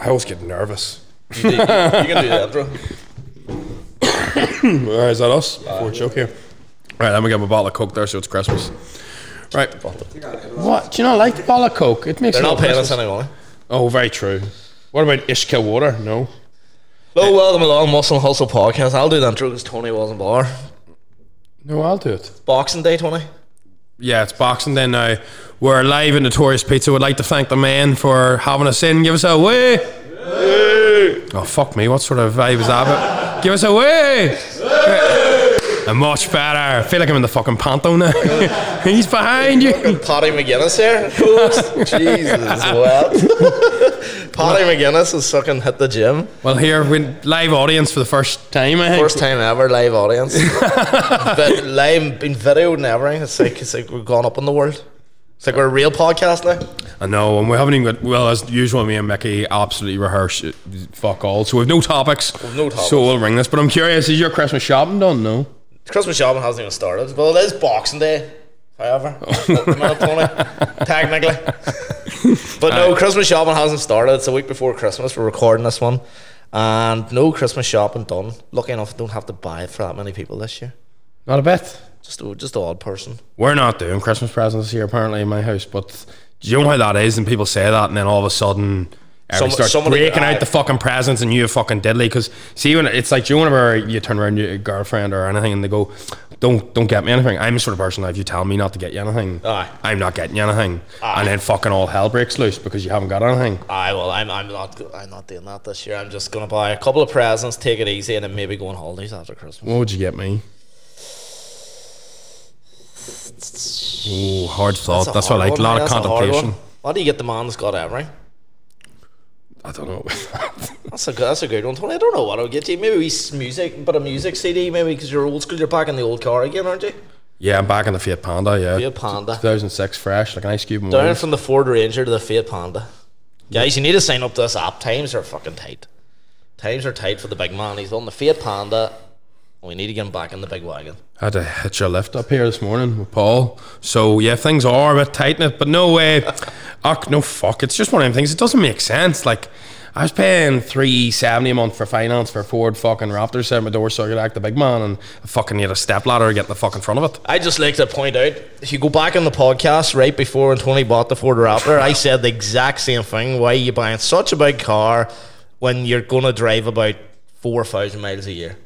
I always get nervous. You, do- you can do that, bro. All right, is that us? Before we choke here. All right, I'm gonna get my bottle of Coke there, so it's Christmas. Right. What? Do you not like the bottle of Coke? It makes They're no not paying us Christmas. any money. Oh, very true. What about Ishka water? No. Hello, welcome along Muscle Hustle Podcast. I'll do the intro because Tony wasn't bar. No, I'll do it. Boxing Day, Tony. Yeah, it's Boxing Day now. We're live in Notorious Pizza. Would like to thank the man for having us in. Give us a way. Oh fuck me! What sort of vibe is that? Give us a way. Uh, Much better. I feel like I'm in the fucking panto now. He's behind you. Paddy McGuinness here. Jesus, what? Paddy McGuinness is fucking hit the gym. Well, here we live audience for the first time. I think. First time ever live audience. but live been videoed and everything. It's like it's like we've gone up in the world. It's like we're a real podcast now. I know, and we haven't even got. Well, as usual, me and Mickey absolutely rehearse it, fuck all. So we've no topics. We've no topics. So we'll ring this. But I'm curious: is your Christmas shopping done? No. Christmas shopping hasn't even started. Well, it is Boxing Day, however. At the minute, Tony, technically. but no, Christmas shopping hasn't started. It's a week before Christmas. We're recording this one. And no Christmas shopping done. Lucky enough, I don't have to buy for that many people this year. Not a bit. Just a, just the odd person. we're not doing Christmas presents here apparently in my house, but do you know how that is? And people say that, and then all of a sudden, everyone Some- starts somebody- breaking aye. out the fucking presents, and you fucking diddly. Because see, when it's like, do you whenever you turn around to your girlfriend or anything, and they go, "Don't, don't get me anything." I'm the sort of person that if you tell me not to get you anything, Aye. I'm not getting you anything, and then fucking all hell breaks loose because you haven't got anything. Aye, well, I'm, I'm not go- I'm not doing that this year. I'm just gonna buy a couple of presents, take it easy, and then maybe go on holidays after Christmas. What would you get me? Ooh, hard thought. That's, what I like. hard A lot mate. of That's hard contemplation. one. Why do you get the man that's got everything? I don't know. That's a good. That's a good one, Tony. I don't know what I'll get you. Maybe we s- music, but a music CD. Maybe because you're old school, you're back in the old car again, aren't you? Yeah, I'm back in the Fiat Panda. Yeah, Fiat Panda. 2006 fresh, like an ice cube. And Down wings. from the Ford Ranger to the Fiat Panda. Guys, you need to sign up to this app. Times are fucking tight. Times are tight for the big man. He's on the Fiat Panda. We need to get him back in the big wagon. I had to hitch a lift up here this morning with Paul. So yeah, things are a bit tight in it, but no way. Uck, no fuck. It's just one of them things. It doesn't make sense. Like I was paying three seventy a month for finance for a Ford fucking Raptor, set my door circuit act, the big man, and I fucking need a step ladder to get in the fucking front of it. I just like to point out if you go back on the podcast right before when Tony bought the Ford Raptor, I said the exact same thing. Why are you buying such a big car when you're going to drive about 4,000 miles a year?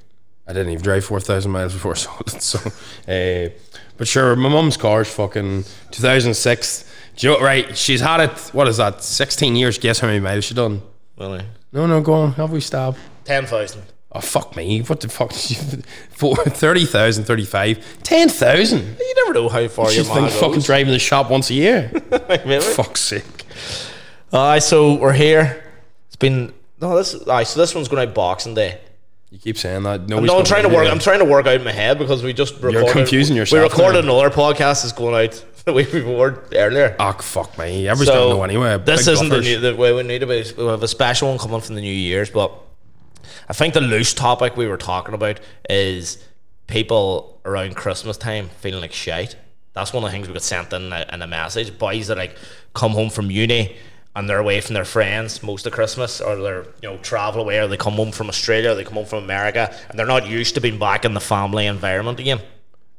I didn't even drive 4,000 miles before I sold it. So, uh, but sure, my mum's car's fucking 2006. Do you know- right, she's had it, what is that, 16 years? Guess how many miles she done? Really? No, no, go on, have we stab? 10,000. Oh, fuck me. What the fuck? did you- For 30,000, 35, 10,000. You never know how far She's your like mind fucking goes. driving the shop once a year. Really? Fuck's sake. Aye, so we're here. It's been no. This aye, so this one's going out Boxing Day. You keep saying that. No, No, I'm trying to work. I'm trying to work out in my head because we just recorded. confusing yourself We recorded now. another podcast that's going out the week before earlier. Oh, fuck me. Every time I So know anyway. this Big isn't the, buffers. new, the way we need to be. We have a special one coming from the New Year's, but I think the loose topic we were talking about is people around Christmas time feeling like shite. That's one of the things we got sent in a, in a message. Boys that like come home from uni and they're away from their friends most of Christmas, or they're you know travel away, or they come home from Australia, or they come home from America, and they're not used to being back in the family environment again.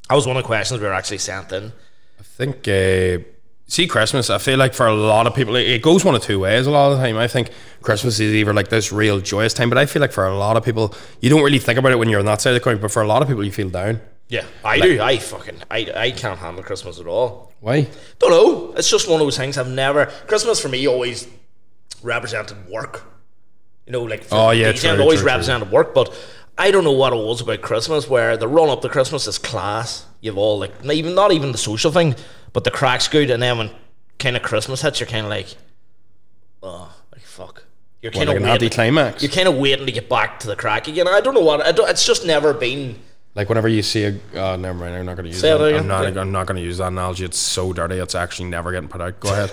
That was one of the questions we were actually sent in. think uh, see Christmas. I feel like for a lot of people, it- it goes one of two ways. A lot of the time, I think Christmas is either like this real joyous time, but I feel like for a lot of people, you don't really think about it when you're on that side of the country. But for a lot of people, you feel down. Yeah, I do. I fucking I, I can't handle Christmas at all. Why? Don't know. It's just one of those things. I've never Christmas for me always represented work. You know, like Oh, yeah, DJing, it true, always true, true. represented work. But I don't know what it was about Christmas where the run up to Christmas is class. You've all like not even not even the social thing, but the crack's good, and then when kind of Christmas hits, you're kind of like, oh, like fuck. You're Well, kind like an of waiting. anti-climax. You're kind of waiting to get back to the crack again. I don't know what. I don't, it's just never been. Like whenever you see a, oh, never mind. I'm not going to use Say that. it again. I'm not. I'm not going to use that analogy. It's so dirty. It's actually never getting put out. Go ahead.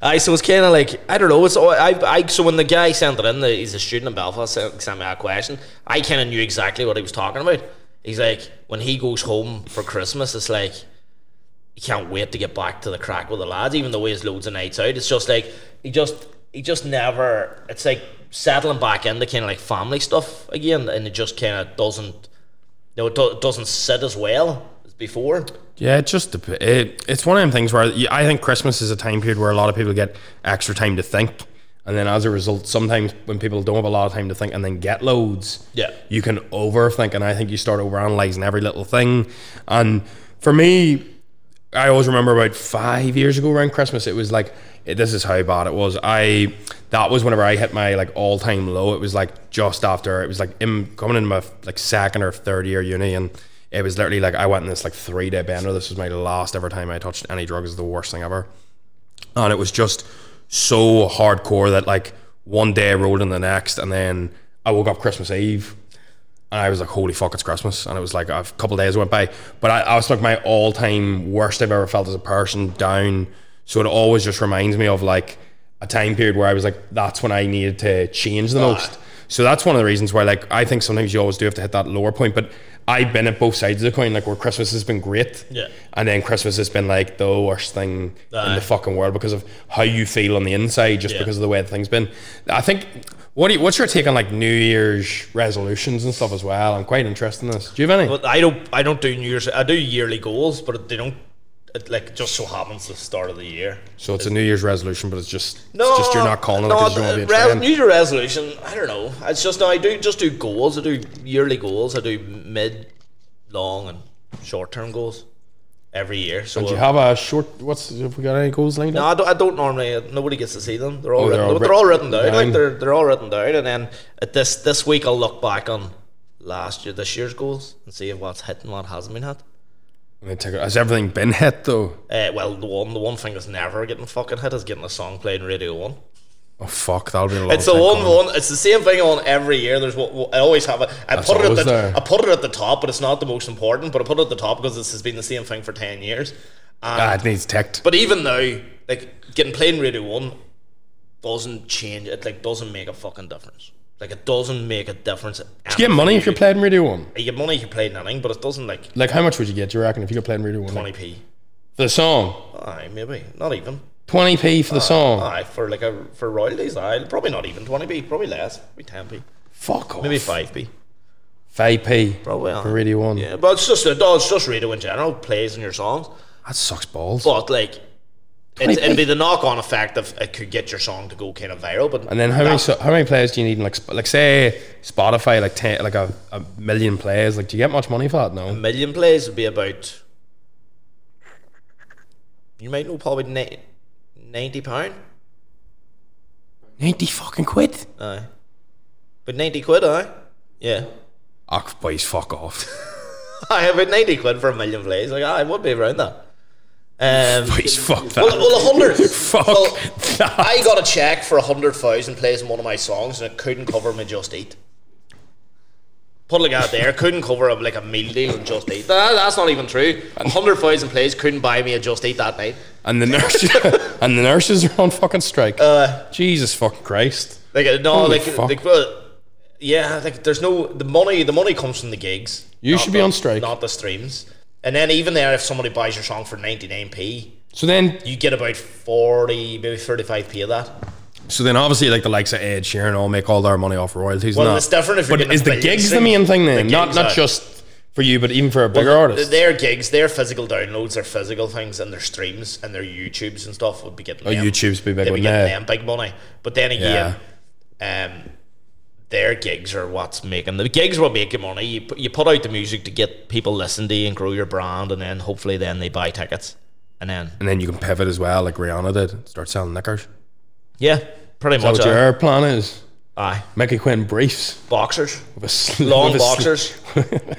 Aye, so it's kind of like I don't know. It's all- I, I so when the guy sent it in, the, he's a student in Belfast, sent sent me that question. I kind of knew exactly what he was talking about. He's like, when he goes home for Christmas, it's like he can't wait to get back to the crack with the lads, even though he has loads of nights out. It's just like he just he just never. It's like settling back into kind of like family stuff again, and it just kind of doesn't. No, it do, doesn't sit as well as before. Yeah, it just dep- it, it's one of them things where you- I think Christmas is a time period where a lot of people get extra time to think, and then as a result, sometimes when people don't have a lot of time to think and then get loads, Yeah. you can overthink, and I think you start overanalyzing every little thing. And for me, I always remember about five years ago around Christmas, it was like it, this is how bad it was. I that was whenever I hit my like all time low. It was like just after it was like in, coming into my like second or third year uni, and it was literally like I went in this like three day bender. This was my last ever time I touched any drugs. It was the worst thing ever and it was just so hardcore that like one day rolled in the next and then I woke up Christmas Eve and I was like holy fuck it's Christmas and it was like a couple days went by but I, I was like my all time worst I've ever felt as a person down so it always just reminds me of like a time period where I was like that's when I needed to change the most so that's one of the reasons why, like, I think sometimes you always do have to hit that lower point. But I've been at both sides of the coin, like where Christmas has been great, Yeah. and then Christmas has been like the worst thing in Aye. the fucking world because of how you feel on the inside, just Yeah. because of the way the thing's been. I think. What do you, what's your take on like New Year's resolutions and stuff as well? I'm quite interested in this. Do you have any? But I don't. I don't do New Year's. I do yearly goals, but they don't. It like just so happens the start of the year. so it's a New Year's resolution, but it's just it's just you're not calling it no, because you don't want to be a res- trend. New Year resolution. I don't know. It's just no, I do just do goals. I do yearly goals. I do mid, long, and short term goals every year. So uh, Do you have a short? What's have we got any goals lined no, up? I don't, I don't normally. Nobody gets to see them. They're all Oh, they're written, all they're, all writ- written down. down. Like they're they're all written down. And then at this this week, I'll look back on last year, this year's goals, and see what's hit and what hasn't been hit. Let me take it- Has everything been hit though? Uh, well, the one the one thing that's never getting fucking hit is getting a song played in Radio One. Oh fuck, that'll be a long It's the time one coming. one. It's the same thing on every year. There's what what- I always have it. I put it always at the, there. I put it at the top, but it's not the most important. But I put it at the top because this has been the same thing for ten years. And, Ah, it needs ticked. but even now, like getting played in Radio One doesn't change. It like doesn't make a fucking difference. Like it doesn't make a difference. Do you get money if you're playing Radio One? You get money if you play nothing, but it doesn't like Like, how much would you get? Do you reckon if you could play in Radio One? twenty p. For the song, Aye, maybe not even. twenty p for the Uh, song. Aye, for like a for royalties, aye, probably not even twenty p. Probably less, maybe ten p, Fuck off. maybe five p. five p Probably aye. for Radio One. Yeah, but it's just no, it's just radio in general plays in your songs. That sucks balls. But like, it's, it'd be the knock-on effect if it could get your song to go kind of viral. But and then how many so, how many players do you need? In like Sp- like say Spotify like ten like a, a million players. Like, do you get much money for that? a No. million plays would be about. You might know probably ni- ninety pound. Ninety fucking quid. Aye, but ninety quid, aye. Yeah, Oh, boys, fuck off. I have about ninety quid for a million plays. Like, aye, it would be around that. Um, Boys, fuck that. Well, well, a hundred. Fuck Well, that. I got a check for a hundred thousand plays in one of my songs, and it couldn't cover my Just Eat. Put it like out there, couldn't cover a, like a meal deal in Just Eat. Nah, that's not even true. A hundred thousand plays couldn't buy me a Just Eat that night. and the nurses and the nurses are on fucking strike. Uh, Jesus fucking Christ. Like uh, no, Holy like, fuck. like well, yeah, like there's no the money. The money comes from the gigs. You not should be the- on strike. not the streams. And then even there, if somebody buys your song for ninety nine p, So then you get about forty, maybe thirty five p of that. So then, obviously, like the likes of Ed Sheeran all make all their money off royalties. Well, and that. it's different if you're but getting is a the million gigs the sing- main thing then? the Not gigs not are- just for you, but even for a bigger artist. Their gigs, their physical downloads, their physical things, and their streams and their YouTubes and stuff would be getting. Oh, YouTubes be big They'd be one, getting yeah. them big money. But then again, um, their gigs are what's making the gigs will make you money. You put, you put out the music to get people listen to you and grow your brand, and then hopefully then they buy tickets, and then and then you can pivot as well, like Rihanna did. Start selling knickers. yeah, pretty That's much. what uh, your plan is. aye, Mickey Quinn briefs boxers, with a sl- long with a sl- boxers,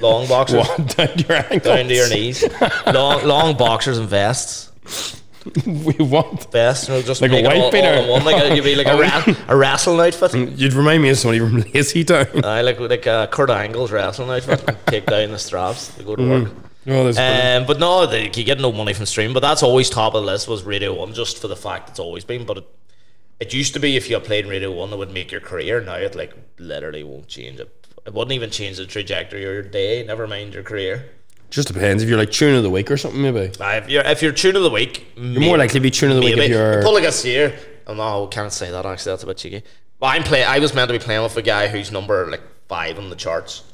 long boxers. What, down your ankles. Down to your knees, long, long boxers and vests. we want. best. And it'll just Like a make it white all, beater. all in one. Like a, you'd be like a, Are we- ra- a wrestling outfit. You'd remind me of somebody from Lazy Town. I like like uh, Kurt Angle's wrestling outfit. take down the straps. They go to work. oh, that's brilliant. Um, but no, they, you get no money from stream. But that's always top of the list was Radio One, just for the fact it's always been. But it, it used to be if you played Radio One, it would make your career. Now it like literally won't change it. It wouldn't even change the trajectory of your day. Never mind your career. just depends if you're like tune of the week or something. Maybe Aye, if you're if you're tune of the week, you're more likely to be tune of the week Maybe. if you're. Pull like us here. Oh, no, I can't say that actually. That's a bit cheeky. But I'm play. I was meant to be playing with a guy who's number like five on the charts.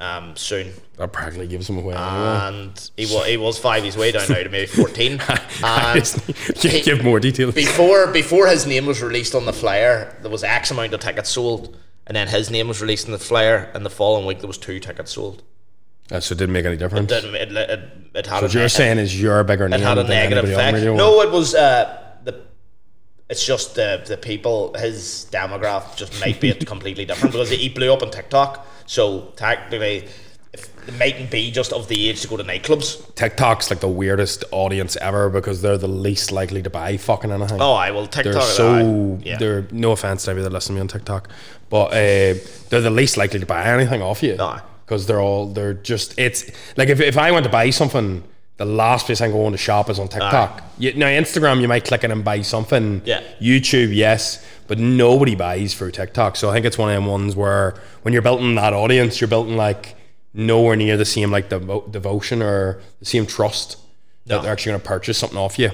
Um, soon, That practically gives him away. and he was he was five. He's way down now to maybe fourteen. and Just give more detail. before before his name was released on the flyer, there was X amount of tickets sold, and then his name was released in the flyer, and the following week there was two tickets sold. Uh, so it didn't make any difference. It, it, it, it had a what you're ne- saying is you're a bigger it name had a than negative anybody on effect. radio. No, it was uh, the. It's just the the people. His demographic just might be completely different because he blew up on TikTok. So technically, if, it mightn't be just of the age to go to nightclubs. TikTok's like the weirdest audience ever because they're the least likely to buy fucking anything. Oh, I will TikTok. they're so I, yeah. they're no offense to anybody that listens to me on TikTok, but uh, they're the least likely to buy anything off you. No. because they're all they're just it's like if, if I want to buy something, the last place I'm going to shop is on TikTok. You, now Instagram, you might click in and buy something. Yeah. YouTube, yes, but nobody buys through TikTok. So I think it's one of them ones where when you're building that audience, you're building like nowhere near the same like devo- devotion or the same trust that No. they're actually going to purchase something off you.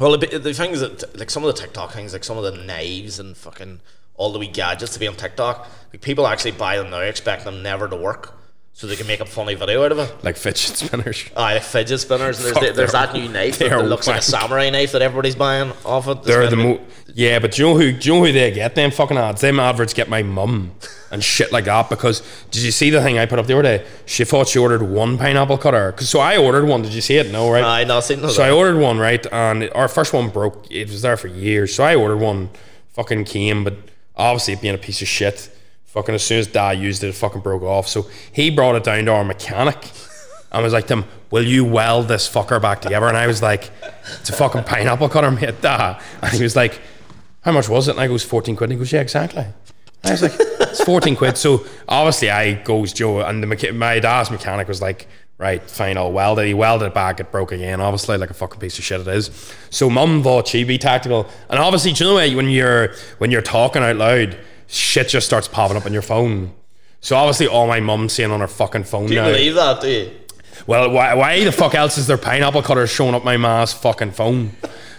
Well, the, the thing is that like some of the TikTok things, like some of the knives and fucking all the wee gadgets to be on TikTok, like people actually buy them now, expect them never to work, so they can make a funny video out of it. Like fidget spinners. I like fidget spinners. And there's Fuck, the, there's they're- that new knife they're that looks like a wank. samurai knife that everybody's buying off it. They're the mo- yeah, but do you know who? Do you know who they get? Them fucking ads. Them adverts get my mum and shit like that. Because did you see the thing I put up the other day? She thought she ordered one pineapple cutter. 'Cause- so I ordered one. Did you see it? No, right? I not seen those. So I ordered one, right? And our first one broke. It was there for years. So I ordered one, fucking came, but obviously it being a piece of shit, fucking as soon as Dad used it, it fucking broke off. So he brought it down to our mechanic and was like, to him, will you weld this fucker back together? And I was like, it's a fucking pineapple cutter, mate, da. And he was like, how much was it? And I goes, 14 quid. And he goes, yeah, exactly. And I was like, it's 14 quid. So obviously I goes, Joe, and the mecha- my dad's mechanic was like, right, fine, I'll weld it. He welded it back. It broke again, obviously, like a fucking piece of shit it is. So mum thought she'd be tactical. And obviously, do you know what, when you're, when you're talking out loud, shit just starts popping up on your phone. So obviously all my mum's saying on her fucking phone you now. believe that, do you? Well, why, why the fuck else is there pineapple cutters showing up my ma's fucking phone?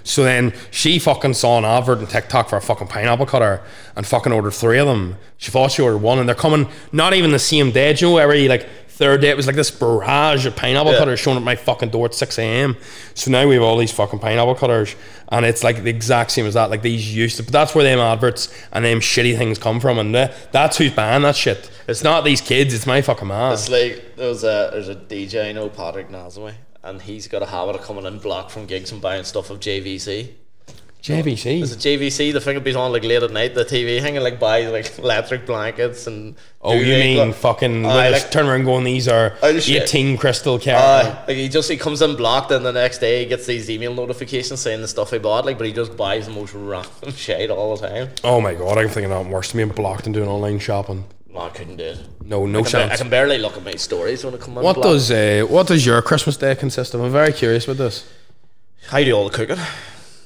So then she fucking saw an advert on TikTok for a fucking pineapple cutter and fucking ordered three of them. She thought she ordered one and they're coming not even the same day. Do you know every like third day it was like this barrage of pineapple Yeah. cutters showing up my fucking door at six AM. So now we have all these fucking pineapple cutters and it's like the exact same as that. Like these used to but that's where them adverts and them shitty things come from and tha- that's who's buying that shit. It's not these kids, it's my fucking man. It's like there's a there's a DJ I know, Patrick Nazaway, and he's got a habit of coming in block from gigs and buying stuff of JVC. JVC. The JVC, the thing that be on like late at night, the TV hanging like buys like electric blankets and Oh, you mean fucking? Aye, when like- like, turn around, going these are Oh, shit. eighteen crystal carats. Uh, like he just he comes in blocked, and the next day he gets these email notifications saying the stuff he bought. Like, but he just buys the most random shit all the time. oh my god, I'm thinking that worse. Me being blocked and doing online shopping. No, I couldn't do it. No, no I can, chance. barely look at my stories when I come in. What blocked. does uh, what does your Christmas day consist of? I'm very curious with this. I do all the cooking?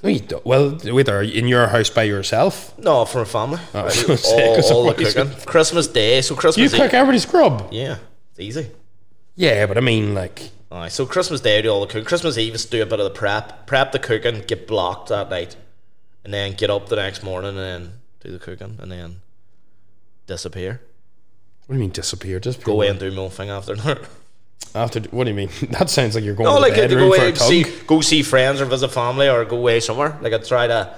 No, you don't. Well, wait, are you in your house by yourself? No, for a family. I Oh, was do gonna say, all, 'cause all the otherwise cooking. Christmas Day, so You Christmas. Eve- cook everybody's grub. yeah, it's easy. Yeah, but I mean, like, Aye, so Christmas Day I do all the cooking. Christmas Eve is do a bit of the prep, prep the cooking, get blocked that night, and then get up the next morning and then do the cooking and then disappear. what do you mean disappear? Just Go away and do my own thing after that. after. What do you mean? That sounds like you're going to No, the like uh, bedroom go for away a and see, tug. go see friends or visit family or go away somewhere. Like I try to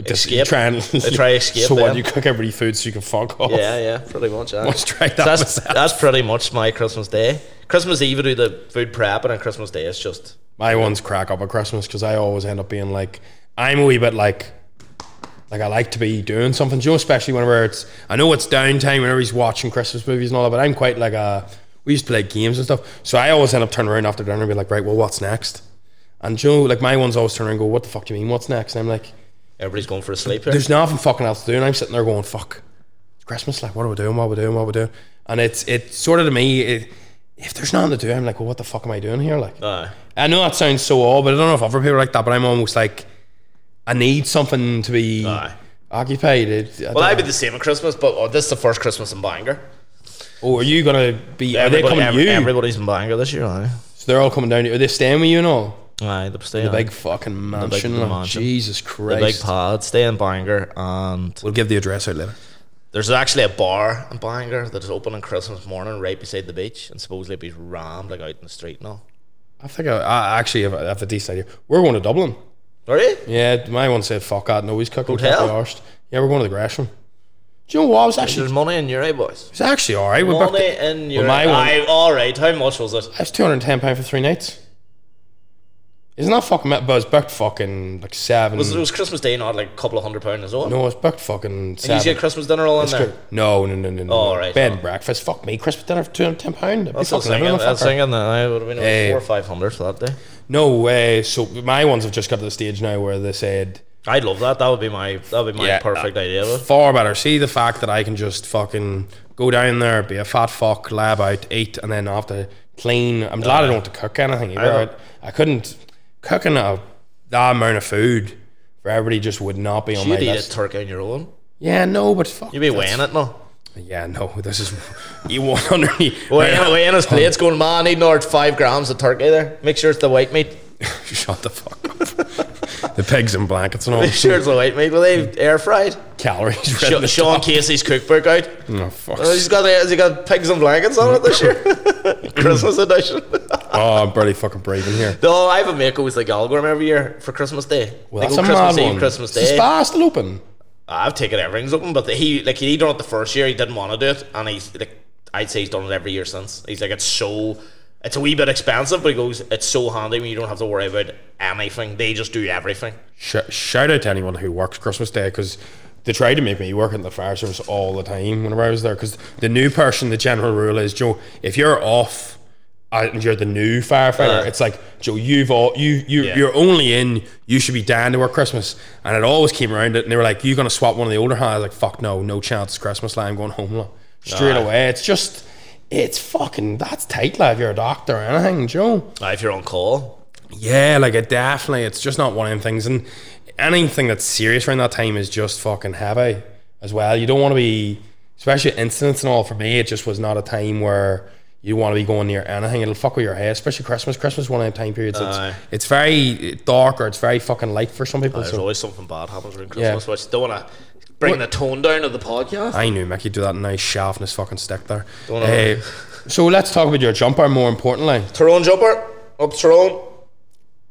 Just escape. try and try escape So what? then. You cook everybody food so you can fuck off. yeah, yeah, pretty much. Yeah. Let's try that that's myself. that's pretty much my Christmas Day. Christmas Eve I do the food prep and on Christmas Day it's just My ones crack up at Christmas because I always end up being like, I'm a wee bit like, like I like to be doing something. Do you know, especially whenever it's, I know it's downtime whenever he's watching Christmas movies and all that, but I'm quite like a, we used to play games and stuff. So I always end up turning around after dinner and be like, right, well, what's next? And Joe, like my ones always turn around and go, what the fuck do you mean, what's next? And I'm like, everybody's going for a sleep here. there's nothing fucking else to do. And I'm sitting there going, fuck, it's Christmas, like, what are we doing? What are we doing? What are we doing? And it's, it's sort of to me, it, if there's nothing to do, I'm like, well, what the fuck am I doing here? Like, Aye. I know that sounds so odd, but I don't know if other people are like that. But I'm almost like, I need something to be Aye. occupied. It, I well, don't I'd be know. the same at Christmas, but oh, this is the first Christmas in Bangor. oh, are you gonna be? Are they Everybody- coming ev- to you? Everybody's in Bangor this year, aren't so they're all coming down. to you. Are they staying with you and all? they? Aye, they'll stay The in big fucking mansion. big like, mansion. Jesus the Christ. big pod, stay in Bangor, and we'll give the address out later. there's actually a bar in Bangor that is open on Christmas morning right beside the beach, and supposedly it'd be rammed like out in the street and all. I think I, I actually have, I have a decent idea. We're going to Dublin. Are you? Yeah, my one said, fuck that. No, he's cooking. Hotel? can't be arsed." Yeah, we're going to the Gresham. Do you know what? I was actually, There's money in your eye, boys. it's actually all right. We booked Money it. in your my eye. one- Aye, all right. How much was it? That's £210 for three nights. Isn't that fucking, but it's booked fucking like seven. Was it, it was Christmas Day, not like a couple of hundred pounds as well. no, it's booked fucking Did you seven. get Christmas dinner all in there? Sure. No, no, no, no, no. Oh, no. right, Bed no. and breakfast. Fuck me. Christmas dinner for two hundred ten pound. I was still singing. I was singing that I would have been Hey. like four or five hundred for that day. No way. So my ones have just got to the stage now where they said I'd love that. That would be my that would be my Yeah, Oh perfect idea. Though. far better. See the fact that I can just fucking go down there, be a fat fuck, lie about, eat, and then have to clean. I'm glad I don't have to cook anything either. don't- I, I couldn't cooking a that amount of food for everybody just would not be on my You'd eat a list. turkey on your own. Yeah, no, but fuck. You'd be that's- weighing it now. Yeah, no, this is you want underneath. Weighing, weighing his plates, going, man, I need another five grams of turkey there. Make sure it's the white meat. Shut the fuck up. the pigs and blankets and all Make sure it's the white meat. Will Mm. they air fried? calories. Sh- Right Sean Casey's cookbook out. oh, fuck. Oh, He's got the, has he got pigs and blankets on it this year? Christmas edition. oh, I'm barely fucking breathing here. no, I have a mate who's like Algorm every year for Christmas Day. Well, they that's go a Christmas mad Eve, one. Christmas Is Day. Spa still open? I've taken everything's open, but he like he done it the first year. He didn't want to do it, and he's like, I'd say he's done it every year since. He's like, it's so, it's a wee bit expensive, but he goes, it's so handy when you don't have to worry about anything. They just do everything. Sh- shout out to anyone who works Christmas Day because they tried to make me work in the fire service all the time whenever I was there. Because the new person, the general rule is, Joe, if you're off uh, and you're the new firefighter, Uh. it's like Joe, you've all you you you're only in. You should be down to work Christmas, and it always came around it. And they were like, "You gonna swap one of the older?" hands?" I was like, "Fuck no, no chance. It's Christmas, like, I'm going home like, straight Aye. away." It's just. It's fucking that's tight, like if you're a doctor or anything, Joe. Uh, if you're on call, Yeah, like it definitely, it's just not one of them things. And anything that's serious around that time is just fucking heavy as well. You don't want to be, especially incidents and all. For me, it just was not a time where you want to be going near anything. It'll fuck with your head, especially Christmas. Christmas is one of them time periods. Aye. It's, it's very dark or it's very fucking light for some people. there's So always something bad happens around Christmas, which don't want to bring the tone down of the podcast. I knew Mickey do that nice shaft in his fucking stick there. know. Eh, so let's talk about your jumper. More importantly, Tyrone jumper up Tyrone,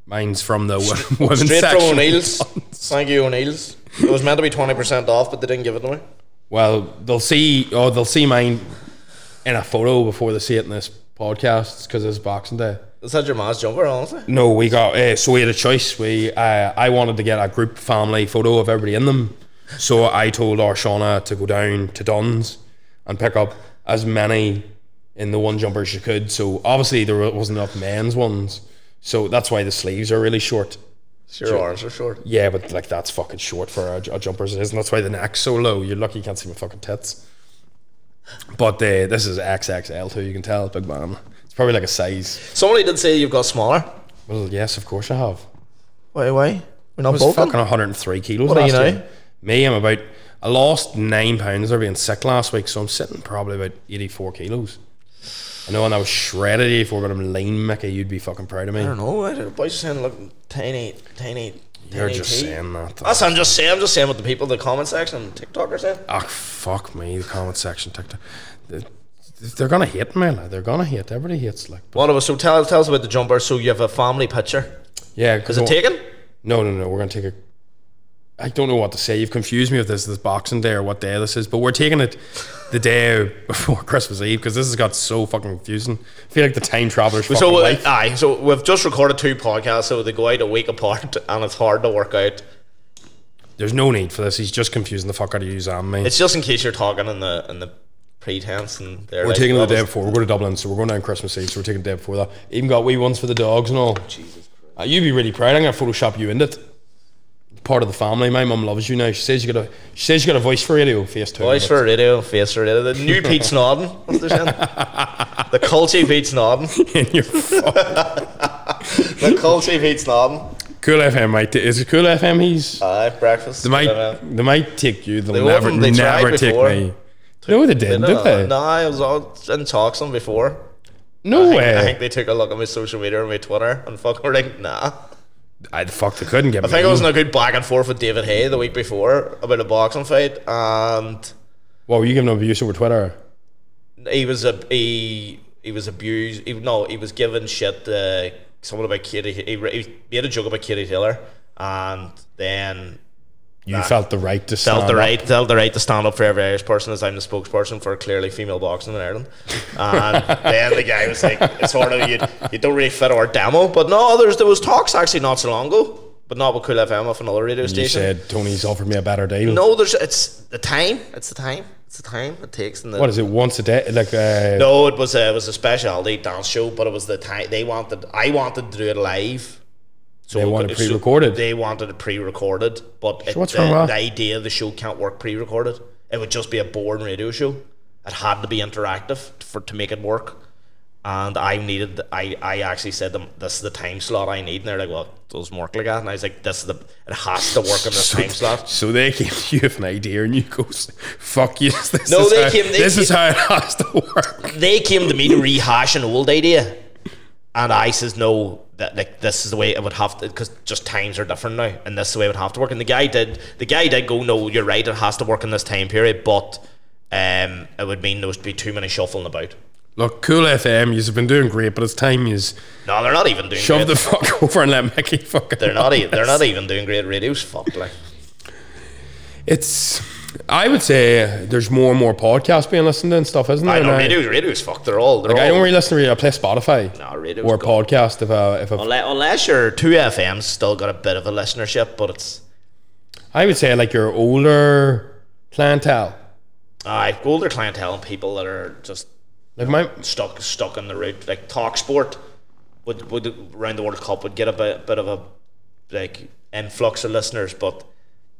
mine's from the wo- women's straight section. from O'Neill's. Thank you, O'Neill's. It was meant to be twenty percent off, but they didn't give it to me. Well, they'll see, or they'll see mine in a photo before they see it in this podcast because it's Boxing Day. Is that your ma's jumper? Honestly, No, we got uh, so we had a choice. We uh, I wanted to get a group family photo of everybody in them, so I told our Shauna to go down to Dunn's and pick up as many in the one jumper she could. So obviously there wasn't enough men's ones, so that's why the sleeves are really short. your arms are short. Yeah, but like that's fucking short for a, a jumper as it is, and that's why the neck's so low. You're lucky you can't see my fucking tits. But uh, this is XXL too. You can tell, big man. It's probably like a size. Somebody did say you've got smaller. Well, yes, of course I have. Why? Why? We're not I was fucking 103 kilos What are last you now? year. Me, I'm about. I lost nine pounds or being sick last week, so I'm sitting probably about 84 kilos. I know, and I was shredded 84, but I'm lean, Mickey. You'd be fucking proud of me. I don't know. I don't boys saying look tiny, tiny. You're tiny just tea. saying that. That's I'm just saying. I'm just saying what the people in the comment section, and TikTok are saying. Oh, fuck me, the comment section, TikTok. They- They're gonna hate me, like. They're gonna hate. Everybody hates, like. But What of us? So tell, tell us about the jumper. So you have a family picture. yeah, because Is it taken? No, no, no. We're gonna take a. I don't know what to say. You've confused me with this this Boxing Day or what day this is, but we're taking it the day before Christmas Eve because this has got so fucking confusing. I feel like the time travelers. fucking So uh, life. aye. So we've just recorded two podcasts, so they go out a week apart, and it's hard to work out. There's no need for this. He's just confusing the fuck out of you and me. It's just in case you're talking in the in the pretense and they're we're like, taking it the well, day before. We're going to Dublin, so we're going down Christmas Eve. So we're taking the day before that. Even got wee ones for the dogs and all. Jesus Christ. Uh, you'd be really proud. I'm gonna Photoshop you in it. Part of the family. My mum loves you now. She says you got a. She says you got a voice for radio. Face too. Voice for radio, face for radio. The new Pete's nodding. That's what they're saying. the culture Pete's nodding. in your fuck. The culture Pete's nodding. cool FM. Might is it cool FM? He's Aye, breakfast. they might they might take you. They'll never wouldn't. They tried never take before. me. No, they didn't, did No, they? no, I was all in talks on before. No I way. think, I think they took a look at my social media and my Twitter and fuck were like, nah. I fuck they couldn't get I think I was in a good back and forth with David Hay the week before about a boxing fight and What were you giving abuse over Twitter? he was a he he was abused. He, no, he was given shit. Uh, someone about Katie. He, he made a joke about Katie Taylor, and then You felt the right to felt stand the up. right felt the right to stand up for every Irish person as I'm the spokesperson for clearly female boxing in Ireland. And then the guy was like, "It's sort of you, you don't really fit our demo." But no, there's there was talks actually not so long ago, but not with Cool FM off another radio You station. said Tony's offered me a better deal. no, there's it's the time. It's the time. It's the time it takes. And the, What is it? Once a day? Like uh, No, it was a, it was a specialty dance show, but it was the time they wanted. I wanted to do it live. So They wanted so pre-recorded. they wanted it pre-recorded, but it, what's the, wrong with that? the idea of the show can't work pre-recorded. It would just be a boring radio show. It had to be interactive for to make it work. And I needed. I, I actually said to them, "This is the time slot I need." And they're like, "Well, it doesn't work like that." And I was like, "This is the. It has to work in this time slot." So they came to you with an idea and you go, fuck you. This No, is they how, came- they this is came- how it has to work. they came to me to rehash an old idea, and I says no. That like this is the way it would have to because just times are different now, and this is the way it would have to work. And the guy did. The guy did go. No, you're right. It has to work in this time period, but um, it would mean there would be too many shuffling about. Look, Cool FM, you've been doing great, but it's time you shove No, they're not even doing. Great. the fuck over and let Mickey fucking. they're not. E- they're not even doing great radios. Fuck like. It's. I would say there's more and more podcasts being listened to and stuff, isn't there? I know now? radios. Radios. Fuck. They're all. They're Like, I all. don't really listen to radio. I play Spotify No, radio's or gone. podcast if I if I, Unless, unless your two FM's still got a bit of a listenership, but it's I would say like your older clientele. I older clientele and people that are just Like my stuck stuck on the route. Like talk sport would would around the World Cup would get a bit, bit of a like influx of listeners, but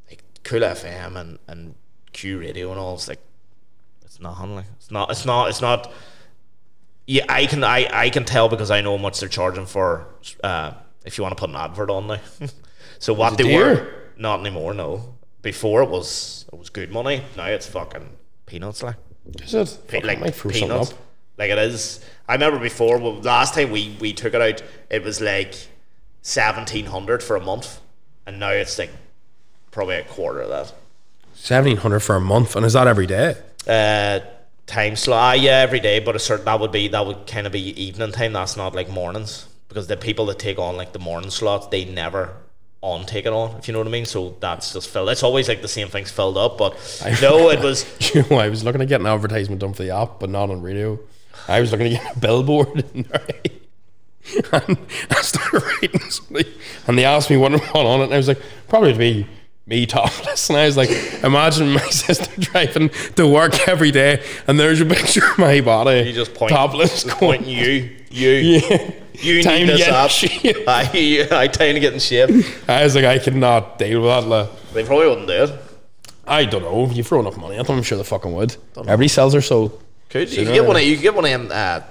like Cool FM and, and Q Radio and all, it's like it's not handling. It's not. It's not. It's not. Yeah, I can I, I can tell because I know how much they're charging for. Uh, if you want to put an advert on now, so what they dear? were not anymore. No, before it was it was good money. Now it's fucking peanuts like is it? Fuck, I like might throw something peanuts. up. Like it is. I remember before. Well, last time we we took it out, it was like seventeen hundred for a month, and now it's like probably a quarter of Seventeen hundred for a month, and is that every day? that. Uh, time slot. ah, Yeah, every day, but a certain that would be that would kind of be evening time. That's not like mornings because the people that take on like the morning slots, they never on take it on. If you know what I mean. So that's just filled. It's always like the same things filled up. But no, it was You know, I was looking to get an advertisement done for the app, but not on radio. I was looking to get a billboard, and I started writing something, and they asked me what I want on it, and I was like, probably to be me topless. And I was like, imagine my sister driving to work every day, and there's a picture of my body. You just point- topless, pointing you, you, Yeah. You Time need to this get in up. shape. I, I time to get in shape. I was like, I cannot deal with that. Like, They probably wouldn't do it. I don't know. You throw enough money at them, I'm sure they fucking would. Everybody sells their soul. Could you, could get one? Of, you could get one of them. Uh,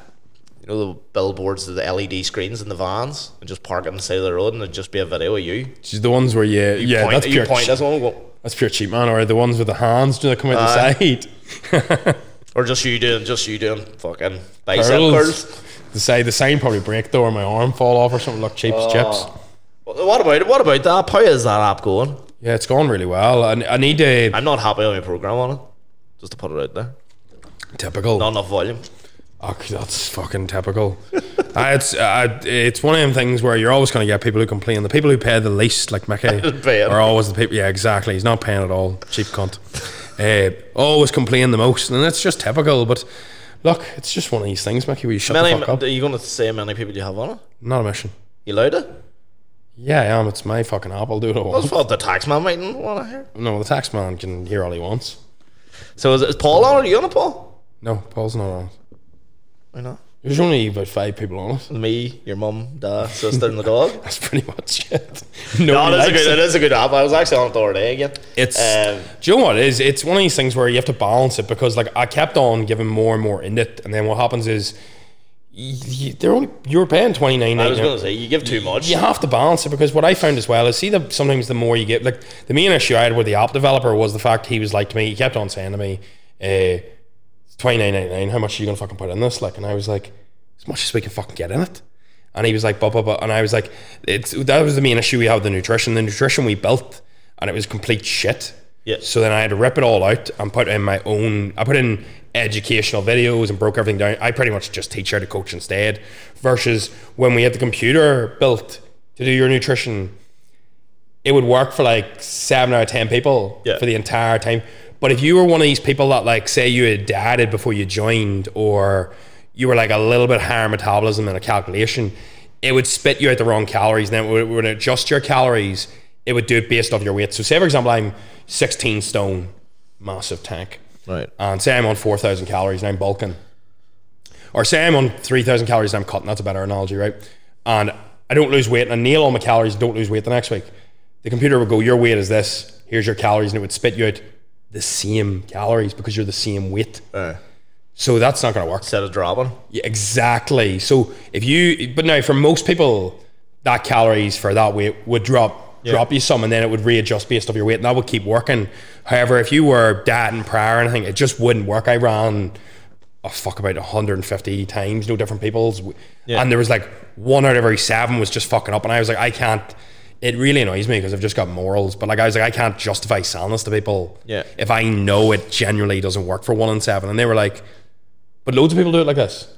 you know the billboards, with the LED screens in the vans, and just park it on the side of the road, and it'd just be a video of you. She's the ones where you, yeah, point, that's you pure point at someone, go- That's pure cheap, man. Or the ones with the hands do they come out Aye. the side? or just you doing, just you doing fucking bicep Curls. curls. The side, the sign probably break though, or my arm fall off or something. Look, cheap as Oh. chips. What what about what about that? How is that app going? Yeah, it's going really well. I, I need a I'm not happy with my program on it. Just to put it out there, typical. not enough volume. Oh, that's fucking typical. I, it's I, it's one of them things where you're always going to get people who complain. The people who pay the least, like Mickey, pay it. are always the people. Yeah, exactly. He's not paying at all. Cheap cunt. Uh, always complain the most, and it's just typical. But look, it's just one of these things, Mickey. Where you shut Many, the fuck up. are you going to say how many people you have on it? Not a mission. You allowed it? Yeah, I am. It's my fucking app. I'll do what I That's want. what the taxman mightn't want to hear. No, the tax man can hear all he wants. So is, is Paul on? it? Are you on it, Paul? No, Paul's not on it. Why not? There's only about five people on it. Me, your mum, dad, sister, and the dog. That's pretty much it. No, Nobody that is likes a good. it. That is a good app. I was actually on it the other day again. It's Um, do you know what it is? It's one of these things where you have to balance it because like I kept on giving more and more in it, and then what happens is y- y- they're only you're paying twenty nine. I was going to say you give too much. you have to balance it because what I found as well is see the sometimes the more you get like the main issue I had with the app developer was the fact he was like to me he kept on saying to me uh, twenty nine ninety nine how much are you gonna fucking put in this like and I was like as much as we can fucking get in it. And he was like, blah, blah, blah. And I was like, it's, that was the main issue we had with the nutrition. The nutrition we built, and it was complete shit. Yeah. So then I had to rip it all out and put in my own, I put in educational videos and broke everything down. I pretty much just teach how to coach instead. Versus when we had the computer built to do your nutrition, it would work for like seven out of 10 people Yeah. for the entire time. But if you were one of these people that, like, say you had dieted before you joined, or you were like a little bit higher metabolism than a calculation, it would spit you out the wrong calories. And then when it would adjust your calories, it would do it based off your weight. So, say, for example, I'm 16 stone, massive tank. Right. And say I'm on 4,000 calories and I'm bulking. Or say I'm on 3,000 calories and I'm cutting. That's a better analogy, right? And I don't lose weight and I nail all my calories, don't lose weight the next week. The computer would go, Your weight is this. Here's your calories. And it would spit you out the same calories because you're the same weight. Uh, So that's not going to work. instead of dropping. Yeah, exactly. So if you, but now for most people, that calories for that weight would drop drop you some, and then it would readjust based off your weight, and that would keep working. However, if you were dieting prior or anything, it just wouldn't work. I ran, oh fuck, about 150 times, no different people's, and there was like one out of every seven was just fucking up, and I was like, I can't. It really annoys me because I've just got morals, but like I was like, I can't justify selling this to people Yeah. if I know it generally doesn't work for one in seven, and they were like, but loads of people do it like this.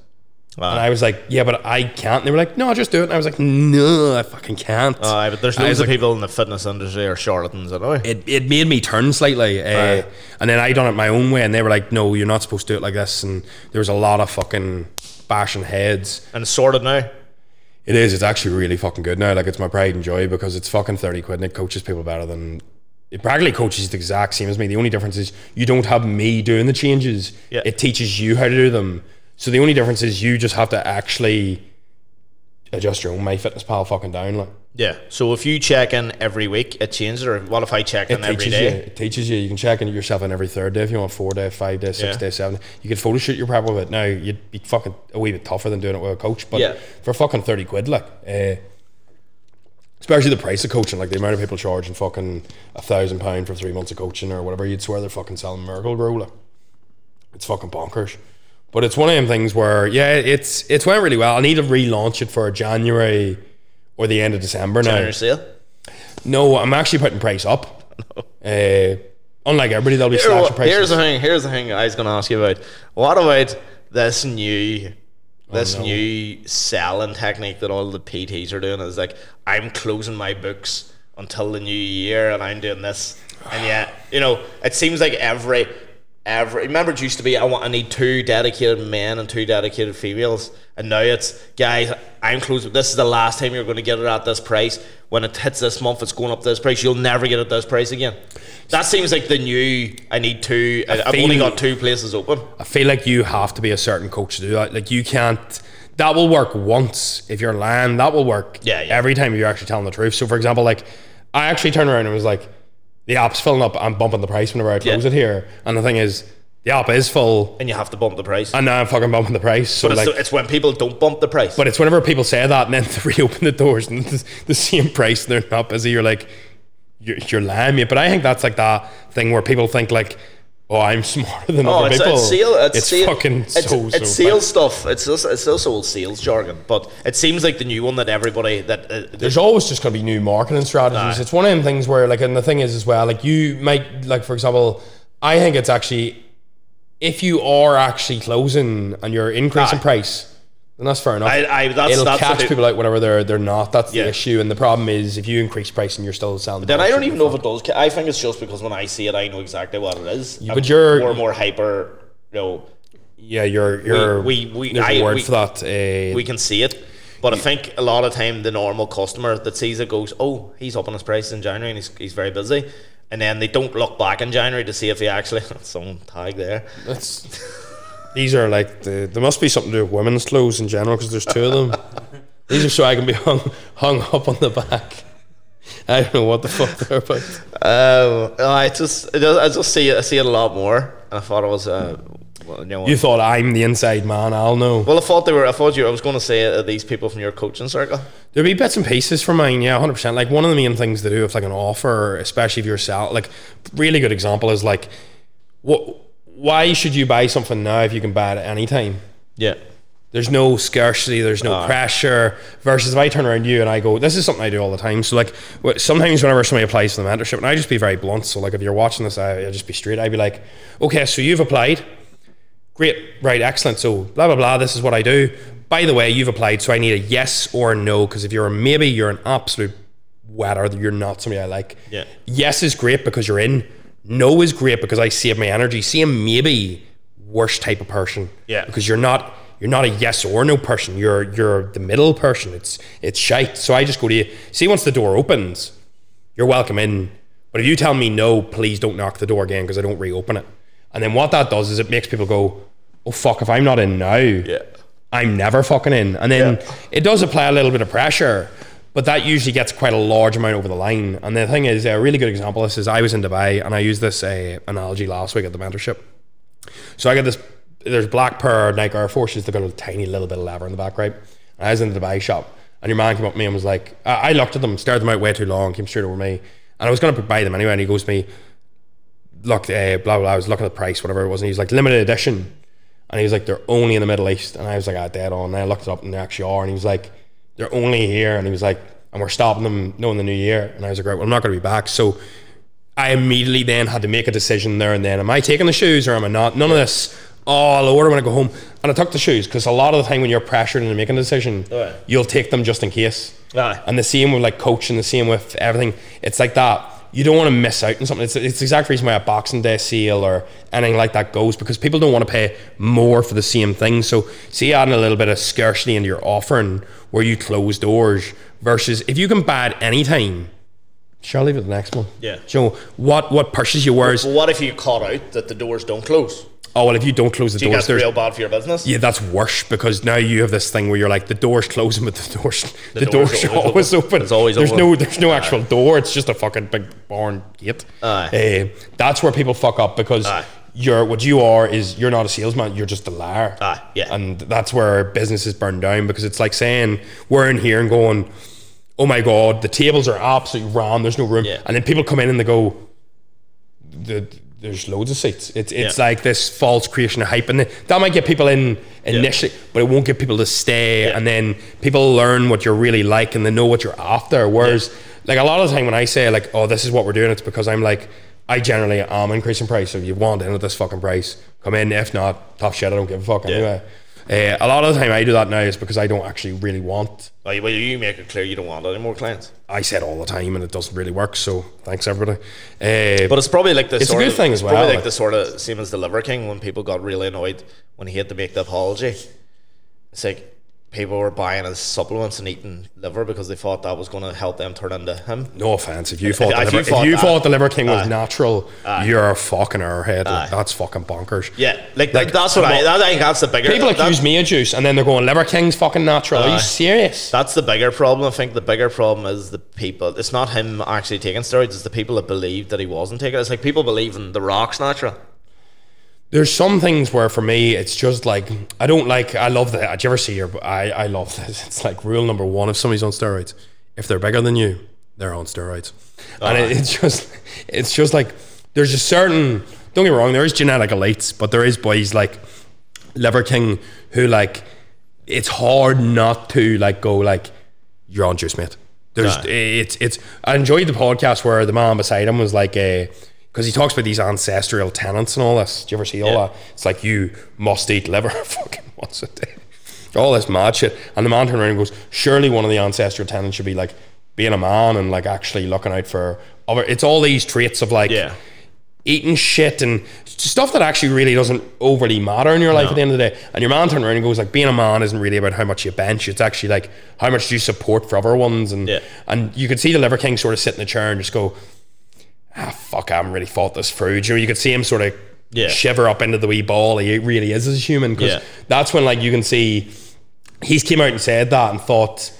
And I was like, yeah, but I can't. And they were like, no, just do it. And I was like, no, I fucking can't. Aye, but there's I was loads of like- people in the fitness industry are charlatans, anyway. it, it made me turn slightly. Uh, Right. And then I done it my own way. And they were like, no, you're not supposed to do it like this. And there was a lot of fucking bashing heads. And it's sorted now. It is. It's actually really fucking good now. Like, it's my pride and joy because it's fucking 30 quid and it coaches people better than. It practically coaches the exact same as me. The only difference is you don't have me doing the changes. Yeah. It teaches you how to do them. So the only difference is you just have to actually adjust your own MyFitnessPal fucking down. Like, Yeah. So if you check in every week, it changes. Or what if I check in every teaches You, day? it teaches you. You can check in yourself in every third day if you want, four day, five day, six Yeah. day, seven. You could photo shoot your prep with it. Now you'd be fucking a wee bit tougher than doing it with a coach, but Yeah. for fucking thirty quid, like, eh, especially the price of coaching, like the amount of people charging fucking a thousand pound for three months of coaching or whatever, you'd swear they're fucking selling miracle grow. Like, it's fucking bonkers. But it's one of them things where yeah, it's it's went really well. I need to relaunch it for January or the end of December now. January sale. No, I'm actually putting price up. Uh, unlike everybody, they'll be Here- slashing prices. here's the thing. Here's the thing. I was going to ask you about. What about this new, this no. new selling technique that all the PTs are doing? Is like I'm closing my books until the new year, and I'm doing this, and yet you know it seems like every. Every, remember, it used to be I want I need two dedicated men and two dedicated females, and now it's guys. I'm closing. This is the last time you're going to get it at this price. When it hits this month, it's going up this price. You'll never get it this price again. That seems like the new. I need two. I, I've feel- only got two places open. I feel like you have to be a certain coach to do that. Like you can't. That will work once if you're lying. That will work Yeah, yeah. every time you're actually telling the truth. So, for example, like I actually turned around and was like, "The app's filling up. I'm bumping the price whenever I close Yeah. it here." And the thing is, the app is full, and you have to bump the price. and now I'm fucking bumping the price. So, but like, it's, it's when people don't bump the price. But it's whenever people say that and then they reopen the doors and it's the same price and they're not busy, you're like, you're, you're lying, mate. But I think that's like that thing where people think like, oh, I'm smarter than oh, other it's, people. it's sale. It's, sale. fucking it's, so, it's so sales stuff. It's just, it's also old sales jargon. But it seems like the new one that everybody that uh, there's always just going to be new marketing strategies. Aye. It's one of them things where, like, and the thing is as well, like, you might, like, for example, I think it's actually, if you are actually closing and you're increasing Aye. price, then that's fair enough. I, I that's It'll that's catch the, people out whenever they're they're not. That's Yeah. the issue, and the problem is if you increase price and you're still selling. Then I bullshit. don't even know if it does. ca- I think it's just because when I see it, I know exactly what it is. I'm but you're- more and more hyper. You know, Yeah, you're you're. we- we- there's a I- word we- for that. Uh, we can see it. But I think a lot of time the normal customer that sees it goes, "Oh, he's upping his prices in January and he's, he's very busy," and then they don't look back in January to see if he actually someone tag there. that's, these are like the, there must be something to do with women's clothes in general because there's two of them. these are so I can be hung hung up on the back. I don't know what the fuck they're about. Um, I just I just, I just see it, I see it a lot more, and I thought it was uh, well, you know, You thought I'm the inside man. I'll know. well, I thought they were. I thought you. I was going to say uh, these people from your coaching circle. There'll be bits and pieces for mine, yeah, hundred percent. Like one of the main things to do if like an offer, especially if you're sell like really good example is like what why should you buy something now if you can buy it at any time? Yeah, there's no scarcity, there's no pressure. Versus if I turn around to you and I go, this is something I do all the time. So like wh- sometimes whenever somebody applies for the mentorship, and I just be very blunt. So like if you're watching this, I, I just be straight. I'd be like, okay, so you've applied, great, right, excellent. So blah blah blah. This is what I do. By the way, you've applied, so I need a yes or a no. Because if you're a maybe, you're an absolute wetter. You're not somebody I like. Yeah. Yes is great because you're in. No is great because I save my energy. Seeing maybe worst type of person. Yeah. Because you're not you're not a yes or no person. You're you're the middle person. It's it's shite. So I just go to you. See, once the door opens, you're welcome in. But if you tell me no, please don't knock the door again because I don't reopen it. And then what that does is it makes people go, oh fuck, if I'm not in now, I'm never fucking in. And then Yeah. it does apply a little bit of pressure, but that usually gets quite a large amount over the line. And the thing is, a really good example of this is I was in Dubai and I used this uh, analogy last week at the mentorship. So I got this. There's black pair of Nike Air Forces that got a tiny little bit of leather in the back, right? And I was in the Dubai shop, and your man came up to me and was like, I, I looked at them, stared them out way too long, came straight over me, and I was going to buy them anyway. And he goes to me, look, uh, blah, blah, blah. I was looking at the price, whatever it was. And he was like, limited edition. And he was like, they're only in the Middle East. And I was like, ah, dead on. And I looked it up and they actually are. And he was like, they're only here. And he was like, and we're stopping them knowing the new year. And I was like, right, well, I'm not going to be back. So I immediately then had to make a decision there and then. Am I taking the shoes or am I not? None of this. Oh, I'll order when I go home. And I took the shoes because a lot of the time when you're pressured into making a decision, Aye. you'll take them just in case. Aye. And the same with like coaching, the same with everything. It's like that. You don't want to miss out on something. It's, it's the exact reason why a Boxing Day sale or anything like that goes because people don't want to pay more for the same thing. So, see, adding a little bit of scarcity into your offering where you close doors versus if you can buy at any time, sure, I'll leave it to the next one. Yeah. So, what what purses you wears? But what if you caught out that the doors don't close? Oh, well, if you don't close the You doors, got there's. real bad for your business. Yeah, that's worse because now you have this thing where you're like the door's closing, but the doors the, door's door's, always always, open. open. It's always there's open. no there's no actual door. It's just a fucking big barn gate. Aye. Eh, that's where people fuck up because Aye. you're what you are is you're not a salesman. You're just a liar. Aye, yeah. And that's where businesses burn down because it's like saying we're in here and going, oh my god, the tables are absolutely rammed. There's no room. Yeah. And then people come in and they go, the, there's loads of seats. It's it's Yeah. like this false creation of hype, and that might get people in initially, but it won't get people to stay. Yeah. And then people learn what you're really like, and they know what you're after. Whereas, like a lot of the time when I say like, "Oh, this is what we're doing," it's because I'm like, I generally am increasing price. So if you want in at this fucking price, come in. If not, tough shit. I don't give a fuck anyway. Uh, a lot of the time I do that now is because I don't actually really want. Well, you- well, you make it clear you don't want any more clients. I said all the time, and it doesn't really work. So thanks everybody. Uh, But it's probably like the It's a sort good of, thing as it's Probably well, like like- the sort of same as the Liver King when people got really annoyed when he had to make the apology. It's like people were buying his supplements and eating liver because they thought that was going to help them turn into him. No offense, if you thought if the you liver, if thought you that- thought the liver king was natural, you're a fucking airhead. Aye. Like, that's fucking bonkers. Yeah, like, like that's what come I. on. That, I think that's the bigger. People that- accuse me of juice, and then they're going liver king's fucking natural. Are Aye. you serious? That's the bigger problem. I think the bigger problem is the people. It's not him actually taking steroids. It's the people that believe that he wasn't taking. it. It's like people believe in the rocks natural. There's some things where for me it's just like I don't like. I love that. Do you ever see your? I I love this. It's like rule number one: if somebody's on steroids, if they're bigger than you, they're on steroids, and it, it's just it's just like there's a certain. Don't get me wrong. There is genetic elites, but there is boys like Liver King who like it's hard not to like go like you're on juice mate. There's Aye. it's it's I enjoyed the podcast where the man beside him was like a because he talks about these ancestral tenants and all this. Do you ever see all Yeah. that? It's like you must eat liver fucking once a day. All this mad shit. And the man turned around and goes, Surely one of the ancestral tenants should be like being a man and like actually looking out for other it's all these traits of like Yeah. eating shit and stuff that actually really doesn't overly matter in your life at the end of the day. And your man turned around and goes like, being a man isn't really about how much you bench. It's actually like how much do you support for other ones. And Yeah. and you could see the Liver King sort of sit in the chair and just go, ah, fuck, I haven't really thought this through. Do You know, you could see him sort of Yeah. shiver up into the wee ball he really is as a human. Because Yeah. that's when like you can see he's came out and said that and thought,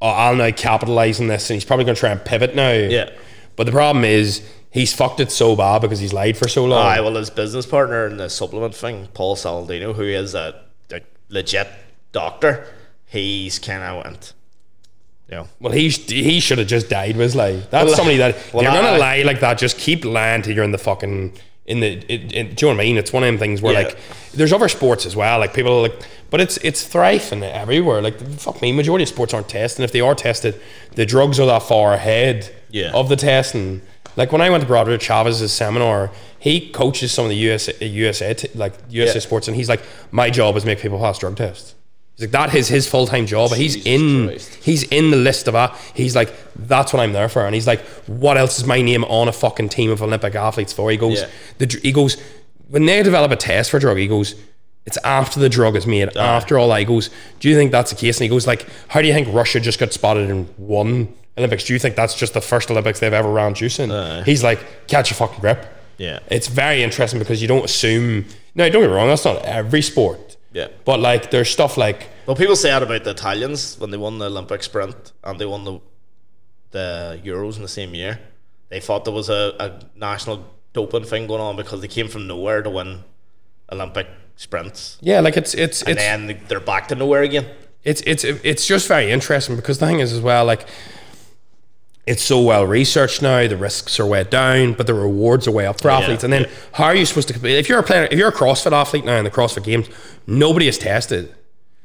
oh, I'll now capitalize on this, and he's probably going to try and pivot now. Yeah. But the problem is he's fucked it so bad because he's lied for so long. Aye, well, his business partner in the supplement thing, Paul Saladino, who is a, a legit doctor, he's kind of went, you know, well, he sh- he should have just died with his lie. That's Well, somebody that well, you're I- going to lie like that. Just keep lying till you're in the fucking in the it, it, do you know what I mean? It's one of them things where Yeah. like there's other sports as well. Like people are like, but it's it's thriving everywhere. Like fuck me, majority of sports aren't tested. And if they are tested, the drugs are that far ahead Yeah. of the testing. Like when I went to Broderick Chavez's seminar, he coaches some of the USA USA t- like USA Yeah. sports, and he's like, my job is make people pass drug tests. He's like that is his full time job. He's Jesus in Christ. he's in the list of that. He's like, that's what I'm there for. And he's like, what else is my name on a fucking team of Olympic athletes for? He goes, Yeah. the dr- he goes, when they develop a test for drug, he goes, it's after the drug is Ah. made, after all that. He goes, do you think that's the case? And he goes, like, how do you think Russia just got spotted in one Olympics? Do you think that's just the first Olympics they've ever ran juice in? he's like, catch your fucking grip. Ah. Yeah. It's very interesting because you don't assume. No, don't get me wrong, that's not every sport. Yeah. But like, there's stuff like, Well, people say that about the Italians when they won the Olympic sprint and they won the the Euros in the same year. They thought there was a, a national doping thing going on because they came from nowhere to win Olympic sprints, yeah, like it's it's it's. and then they- they're back to nowhere again. it's it's it's just very interesting because the thing is as well like it's so well researched now the risks are way down but the rewards are way up for athletes and then how are you supposed to compete if you're a player if you're a CrossFit athlete now in the CrossFit games nobody is tested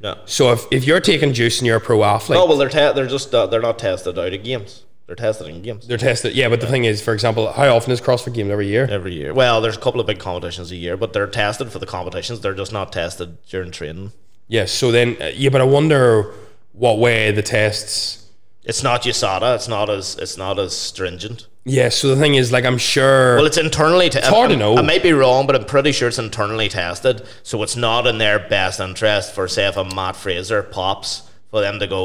No, so if, if you're taking juice and you're a pro athlete no. Oh, Well, they're te- they're just uh, they're not tested out of games. They're tested in games they're tested yeah but the thing is for example how often is CrossFit games every year every year. Well, there's a couple of big competitions a year, but they're tested for the competitions. They're just not tested during training. yes so then uh, yeah but I wonder what way the tests It's not USADA. It's not as it's not as stringent. yeah so the thing is like I'm sure Well, it's internally tested. hard to know. I might be wrong, but I'm pretty sure it's internally tested. So it's not in their best interest for, say, if a Matt Fraser pops, for them to go,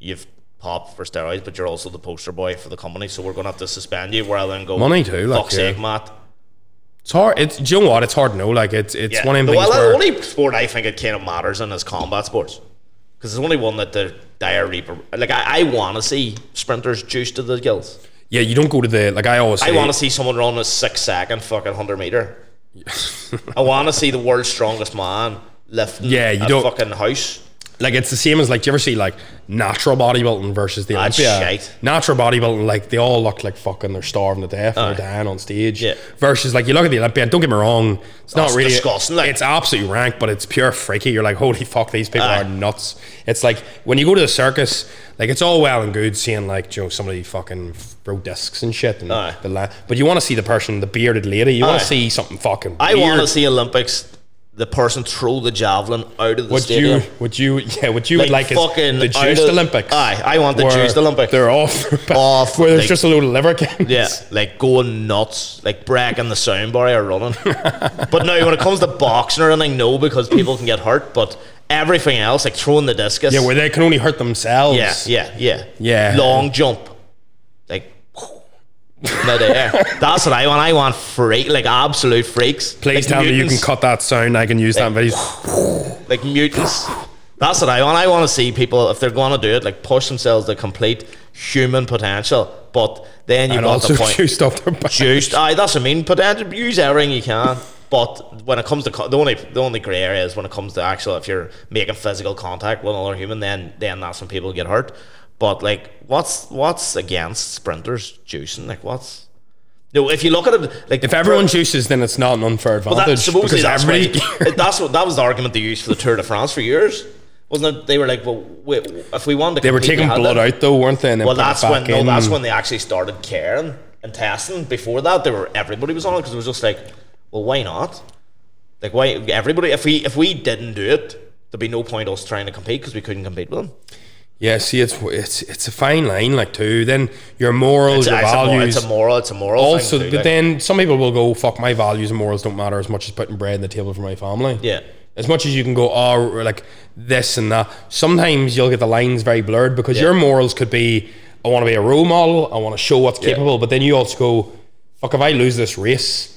you've popped for steroids, but you're also the poster boy for the company, so we're going to have to suspend you rather than go, Money too, like, fuck's yeah. sake, Matt. it's hard it's do you know what it's hard to know like it's it's Yeah. one of them well, things the where, only sport I think it kind of matters in is combat sports. Because it's the only one that the dire reaper. Like, I, I want to see sprinters juiced to the gills. yeah you don't go to the like I always I say- want to see someone run a six second fucking 100 meter. I want to see the world's strongest man lifting Yeah, you a don't- fucking house. like it's the same as like do you ever see like natural bodybuilding versus the That's Olympia? shite. Natural bodybuilding, like they all look like fucking they're starving to death and they're dying on stage. Yeah. Oh, Versus like you look at the Olympia, and don't get me wrong, it's not it's really disgusting, like- it's absolutely rank, but it's pure freaky. You're like, holy fuck, these people Aye. are nuts. It's like when you go to the circus, like it's all well and good seeing like you know somebody fucking throw discs and shit and Aye. the la- but you want to see the person, the bearded lady. You want Aye. to see something fucking. I want to weird. see Olympics, the person throw the javelin out of the What you stadium. would you yeah what you would like is fucking the out juiced of- Olympics. Aye, I want the where juiced Olympics. They're off, Off, where there's like- just a load of liver cans. Yeah, like going nuts, like breaking the sound barrier running. but now, when it comes to boxing or anything, no, because people can get hurt. But everything else, like throwing the discus, yeah, where they can only hurt themselves. Yeah, yeah, yeah. Yeah. Long jump. Like mid air. That's what I want. I want freak like absolute freaks. Please like tell me you can mutants. cut that sound. I can use that. Video. like mutants. That's what I want. I want to see people if they're gonna do it, like push themselves to complete human potential. But then you've And got also the point. juiced off their back. Juiced. Aye, that's what I mean. Potential use everything you can. But when it comes to co- the only the only grey area is when it comes to actual if you're making physical contact with another human, then then that's when people get hurt. But like, what's what's against sprinters juicing? Like, what's no? If you look at it, like If everyone juices, then it's not an unfair advantage. that, because supposedly that's every- right. that's what that was the argument they used for the Tour de France for years, wasn't it? They were like, well, we, if we wanted to, they were compete, we taking had blood to. out though, weren't they? And then Well, put it that's back when no, in. that's when they actually started caring and testing. Before that, they were everybody was on it because it was just like, well, why not? Like, why everybody? If we if we didn't do it, there'd be no point us trying to compete because we couldn't compete with them. yeah. See, it's it's it's a fine line, like too. Then your morals, It's, your it's a, mor- values, it's a moral. It's a moral. thing also, too, but like- then some people will go, "Fuck, my values and morals don't matter as much as putting bread on the table for my family." Yeah. As much as you can go, oh, like this and that. Sometimes you'll get the lines very blurred because Yeah. your morals could be, "I want to be a role model. I want to show what's capable," but then you also go, "Fuck, if I lose this race,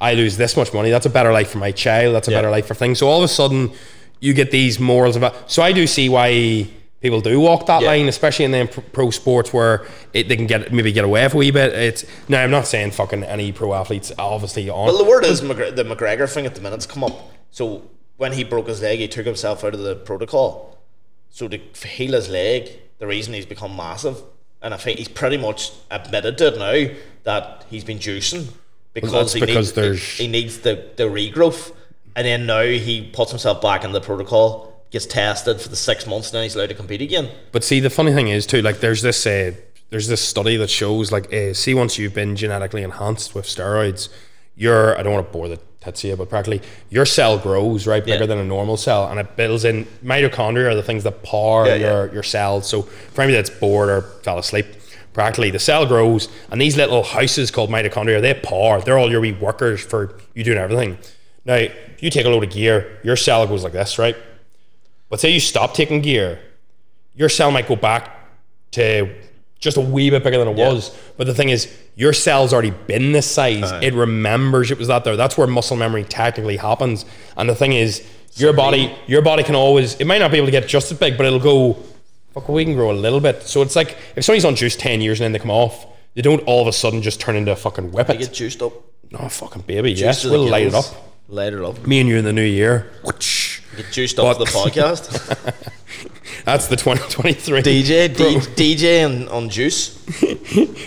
I lose this much money. That's a better life for my child. That's a Yeah. better life for things." So all of a sudden, you get these morals of. So I do see why. People do walk that Yeah. line, especially in the pro- pro sports where it, they can get maybe get away with a wee bit. It's now I'm not saying fucking any pro athletes obviously on Well, the word is McGre- the McGregor thing at the minute's come up. So when he broke his leg, he took himself out of the protocol. So to f- heal his leg, the reason he's become massive, and I think he's pretty much admitted to it now that he's been juicing because that's he because needs there's- he needs the, the regrowth, and then now he puts himself back in the protocol, gets tested for the six months, and then he's allowed to compete again. But see, the funny thing is too, like there's this uh, there's this study that shows like uh, see once you've been genetically enhanced with steroids, your I don't want to bore the tits here, but practically your cell grows right bigger Yeah. than a normal cell, and it builds in mitochondria are the things that power Yeah, yeah. your your cells. So for anybody that's bored or fell asleep. Practically, the cell grows, and these little houses called mitochondria, they power. They're all your wee workers for you doing everything. Now, you take a load of gear, your cell goes like this, right? But say you stop taking gear, your cell might go back to just a wee bit bigger than it was. But the thing is, your cell's already been this size. It remembers it was that there. That's where muscle memory technically happens. And the thing is, your body, your body can always. It might not be able to get just as big, but it'll go. Fuck, we can grow a little bit. So it's like if somebody's on juice ten years and then they come off, they don't all of a sudden just turn into a fucking They whippet. get juiced up. No fucking baby, juiced yes, to the we'll light it up. gills, Light it up. Me and you in the new year. Whoosh. Get juiced up for But- the podcast. That's the twenty twenty three. DJ, D, DJ, and on juice.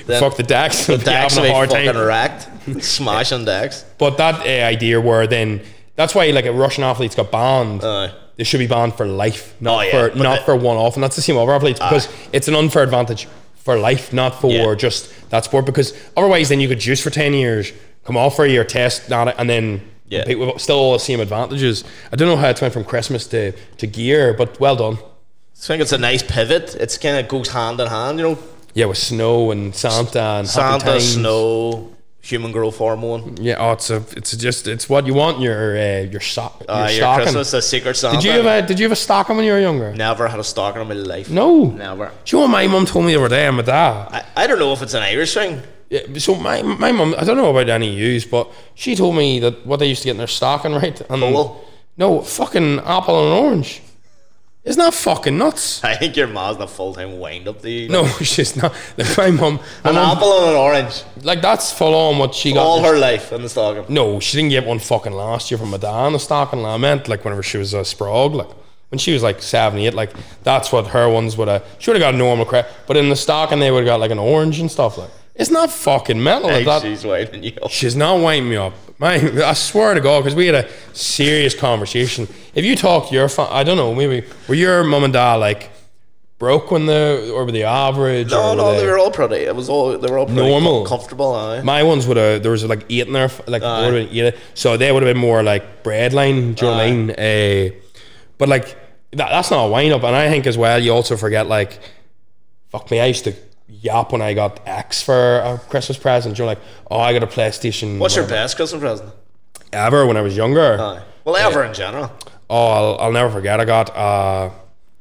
Then Fuck the Dax. The Dax having will be a hard fucking time. racked, smashing Dax. But that uh, idea where then that's why like a Russian athletes got banned. Aye. they should be banned for life, not Uh. Oh, yeah, for but not the- for one off, and that's the same with other athletes because Aye. it's an unfair advantage for life, not for Yeah. just that sport. Because otherwise, then you could juice for ten years, come off for a year, test not it, and then Yeah. compete with still all the same advantages. I don't know how it went from Christmas to to gear, but well done. I think it's a nice pivot. It's kind of goes hand in hand, you know. Yeah, with snow and Santa and happy Santa, times. snow, human growth hormone. Yeah, oh, it's a, it's just, it's what you want in your uh, your sock, your Uh, your stocking. Christmas, a secret Santa. Did you have a Did you have a stocking when you were younger? Never had a stocking in my life. No. Never. Do you know what my mum told me the other day? I'm a dad. I, I don't know if it's an Irish thing. Yeah, So my my mum, I don't know about any use, but she told me that what they used to get in their stocking, right? And Bull. no, fucking apple and orange. Isn't that fucking nuts? I think your mom's the full time wind up. The No, she's not. Like my mum, my an mum apple and an orange like that's full on what she got. all in her her life in the stocking. No, she didn't get one fucking last year from my dad in a stocking. I meant like whenever she was a sprog, like when she was like seven, eight, like that's what her ones would have. She would have got a normal crap, but in the stocking they would have got like an orange and stuff. Like it's not fucking metal. like that. She's winding you up. She's not winding me up. My, I swear to God, because we had a serious conversation. If you talk to your, fa- I don't know, maybe were your mum and dad like broke when the or were they average? No, or Oh, no, they- they were all pretty. It was all they were all pretty Normal. com- comfortable. Aye. my ones would have there was like eight in there, like Aye. would have been eight, so they would have been more like breadline. Do you know what I Aye. mean? Eh, but like that, that's not a wind up, and I think as well you also forget like, fuck me, I used to yap when I got X for a Christmas present. You're like, oh, I got a PlayStation. What's your whatever, best Christmas present? ever when I was younger? Aye. Well, ever Eh. in general. Oh, I'll, I'll never forget. I got uh,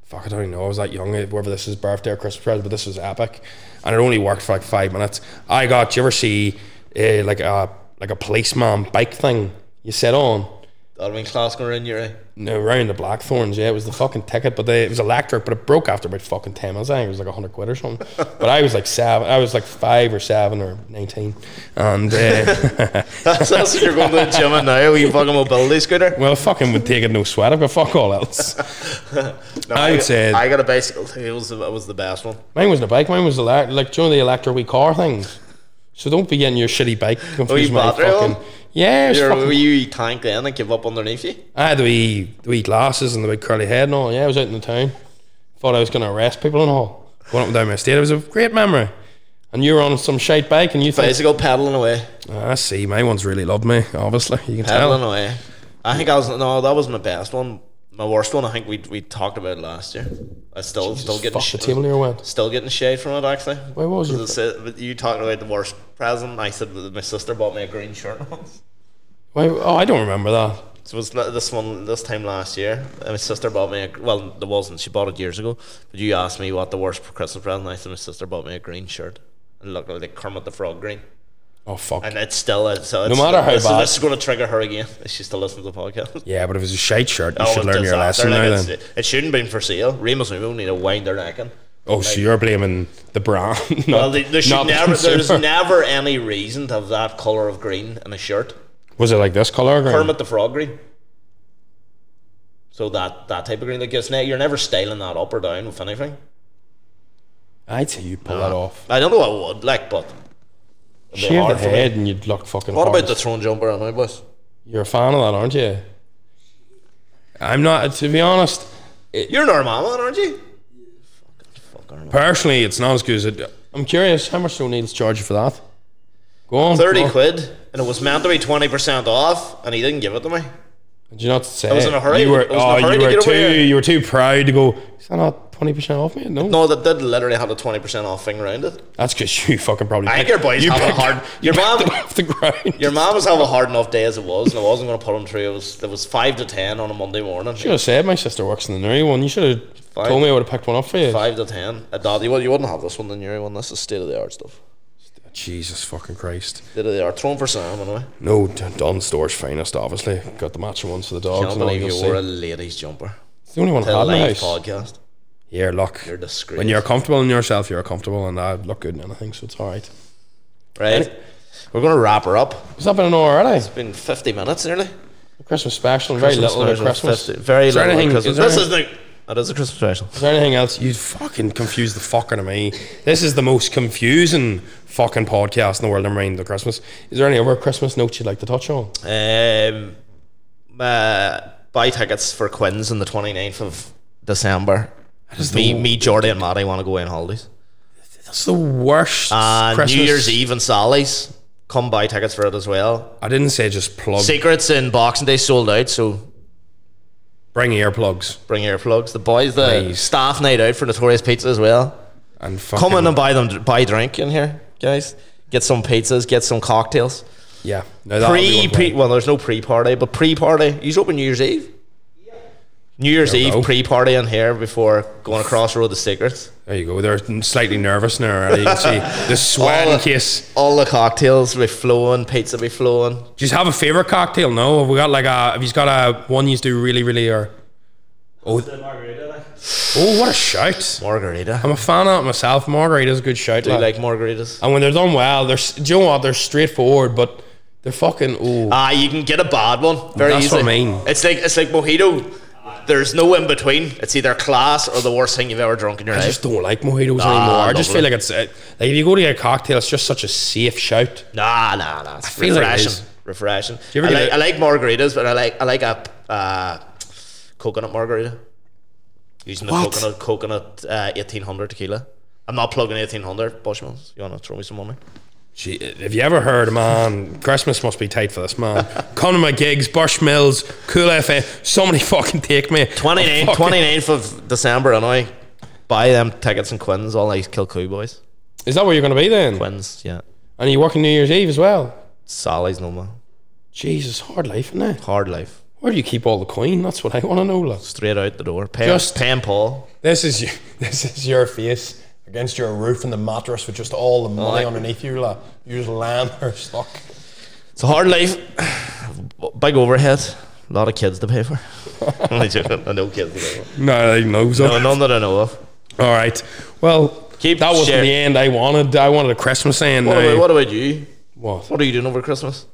fuck, I don't even know. I was that young. Whether this is birthday or Christmas present, but this was epic, and it only worked for like five minutes. I got. Do you ever see uh, like a like a policeman bike thing you sit on? That'd been class going in your eye. No, around the Blackthorns, yeah, it was the fucking ticket, but they, it was electric, but it broke after about fucking ten minutes. I think it was like hundred quid or something. But I was like seven, I was like five or seven or nineteen, and uh, That's, that's what you're going to the gym and now. You fucking mobility scooter. well, fucking would take it no sweat. I've got fuck all else. No, I would say- I got a bicycle. too. It was the, it was the best one. Mine wasn't a bike. Mine was elect- like do you know the electric wee car things. So don't be getting your shitty bike confused with my battery fucking. one? Yeah, it was Your fucking- wee tank then and give up underneath you. I had the wee, the wee glasses and the big curly head and all. Yeah, I was out in the town. Thought I was going to arrest people and all. Going up and down my estate. It was a great memory. And you were on some shite bike and you thought, "Ah, Bicycle pedaling away, I see, my one's really loved me, obviously. You can pedaling tell. away. I think I was no, that was my best one. My worst one, I think we we talked about last year. I still still getting Fuck the sh- table here went. still getting shade from it actually. Where was your- Because it said- but you talking about the worst present? I said that my sister bought me a green shirt once. Why, oh, I don't remember that. So it was li- this one this time last year. And my sister bought me a gr- well, there wasn't. She bought it years ago. But you asked me what the worst Christmas present. I said my sister bought me a green shirt. It looked like Kermit the Frog green. Oh, fuck. And it's still a, so it's, matter how this, bad- This is going to trigger her again. if She still listens to the podcast. Yeah, but if it was a shite shirt, you Oh, should learn your lesson disaster, like, now it's- then. It shouldn't be for sale. Remus and Remo need to wind their neck in. Oh, so you're blaming the brand. Not, Well, they, there should not the never, there's consumer. never any reason to have that colour of green in a shirt. Was it like this color? Kermit the Frog green. So that, that type of green, like it's ne- you're never styling that up or down with anything. I'd say you pull that off. I don't know I would like, but Shave the hard for me. head and you'd look fucking What about hard. the throne jumper on my boys? You're a fan of that, aren't you? I'm not, to be honest. You're an Armama, aren't you? Fucking fuck Armama. Personally, it's not as good as it. I'm curious, how much do O'Neill's charge you for that? Go on. 30 go on. quid, and it was meant to be 20% off, and he didn't give it to me. Did you not say? was in a hurry. You were, I was in a oh, hurry you to were get over too, here. you were too proud to go, is that not 20% off, mate? No. No, that did literally have a 20% off thing around it. That's because you fucking probably. I think picked- your boys you have a picked- hard. Your picked them mom, off the ground. your mom was having a hard enough day as it was, and I wasn't going to put him through. It was it was five to ten on a Monday morning. should have said my sister works in the Nuri one. You should have told me I would have picked one up for you. Five to ten. A dad, you, wou- you wouldn't have this one, then you're one. This is state of the art stuff. Jesus fucking Christ. State of the art. Thrown for Sam, anyway. No, D- Don Store's finest, obviously. Got the matching ones for the dogs. Can't and all believe you'll you see. wore a ladies jumper. It's the only one I The had in the live house. podcast. Here, look. You're disgrace. When you're comfortable in yourself, you're comfortable, and I look good in anything, so it's all right. right, we're going to wrap her up. It's not been an hour already. It's been fifty minutes nearly. Christmas special, and very little about special, Christmas. 50 very Is there little. anything- Christmas. is there This any- Oh, is the. That is a Christmas special. Is there anything else? You fucking confuse the fuck out of me. This is the most confusing fucking podcast in the world. I'm reading the Christmas. Is there any other Christmas notes you'd like to touch on? Um, uh, buy tickets for Quinn's on the 29th of December. Me, me, Jordy, and Maddie want to go away on holidays. That's the worst And Christmas. Uh, New Year's Eve and Sally's. Come buy tickets for it as well. I didn't say just plug. Secrets in Boxing Day sold out, so Bring earplugs bring earplugs. The boys, the Please. staff night out for Notorious Pizza as well. and fucking. Come in and buy them, buy drink in here, guys. Get some pizzas, get some cocktails. Yeah. No, that'll be Pre, one pre thing. well, there's no pre party, but pre party. He's open New Year's Eve. New Year's There we go. Eve pre party in here before going across the road to Secrets. There you go. They're slightly nervous now. Already. You can see Oh. the sweat All in the- case. All the cocktails will be flowing, pizza be flowing. Do you have a favorite cocktail? No. Have we got like a? Have you got a one you do really, really or? Oh, oh, what a shout! Margarita. I'm a fan of it myself. Margarita's a good shout. Do you lad. like margaritas? And when they're done well, they're s- do you know what? They're straightforward, but they're fucking oh. Ah, you can get a bad one. Very That's easily. what I mean. It's like it's like mojito. There's no in between. It's either class or the worst thing you've ever drunk in your I life. just don't like mojitos Ah, anymore. I just feel lovely. like it's uh, like if you go to get a cocktail, it's just such a safe shout. Nah, nah, nah. It's feel like it refreshing. is. refreshing. you I ever get like, a- I like margaritas, but I like I like a uh, coconut margarita. Using the What? coconut coconut uh, eighteen hundred tequila. I'm not plugging eighteen hundred Bushmans. You wanna throw me some money? Gee, have you ever heard, man? Christmas must be tight for this man. Come to my gigs, Bush Mills, Cool FM. Somebody fucking take me. 29th, Fucking- 29th of December, Illinois. Buy them tickets and Quins, all these Kilcoo boys. Is that where you're going to be then? Quins, yeah. And you're working New Year's Eve as well. Sally's no more. Jesus, hard life, isn't it? Hard life. Where do you keep all the coin? That's what I want to know, love. Straight out the door. Pam, Just- Pam Paul. This is you, this is your face against your roof and the mattress with just all the money Aye. underneath you. Like, you just lamb her stock. It's a hard life. Big overhead. A lot of kids to pay for. Only joking. I know kids to pay for. No, I know. No, none that I know of. All right. Well, Keep that wasn't share- the end I wanted. I wanted a Christmas end. What, now. about, what about you? What? What are you doing over Christmas?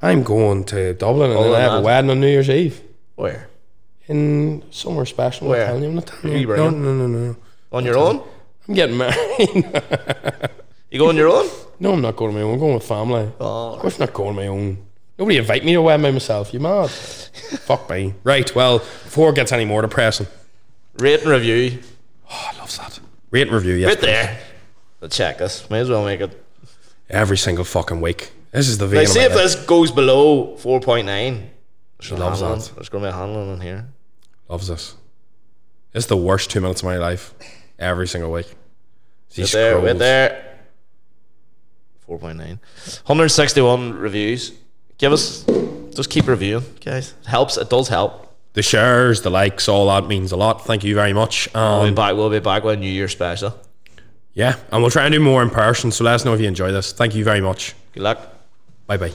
I'm going to Dublin and Oh, then I have a lad. wedding on New Year's Eve Where? in somewhere special. I'm Where? telling you, I'm not telling Who you. you No, bringing? no, no, no. On your own? I'm getting married. You go on your own? no, I'm not going to my own. I'm going with family. Of Oh, course, I'm not going on my own. Nobody invite me to a wedding by myself. You mad? Fuck me. Right. Well, before it gets any more depressing. rate and review. Oh, I love that. Rate and review, yes. Right there. But check us. May as well make it. Every single fucking week. This is the vein. They of say my if life. this goes below 4.9, she loves that. There's going to be a handling in here. Loves us. It's the worst two minutes of my life. Every single week. She Right there, right scrolls. there. 4.9. 161 reviews. Give us, just keep reviewing, guys. It helps. It does help. The shares, the likes, all that means a lot. Thank you very much. We'll be Um, back, we'll be back with a New Year special. yeah, and we'll try and do more in person. So let us know if you enjoy this. Thank you very much. Good luck. Bye bye.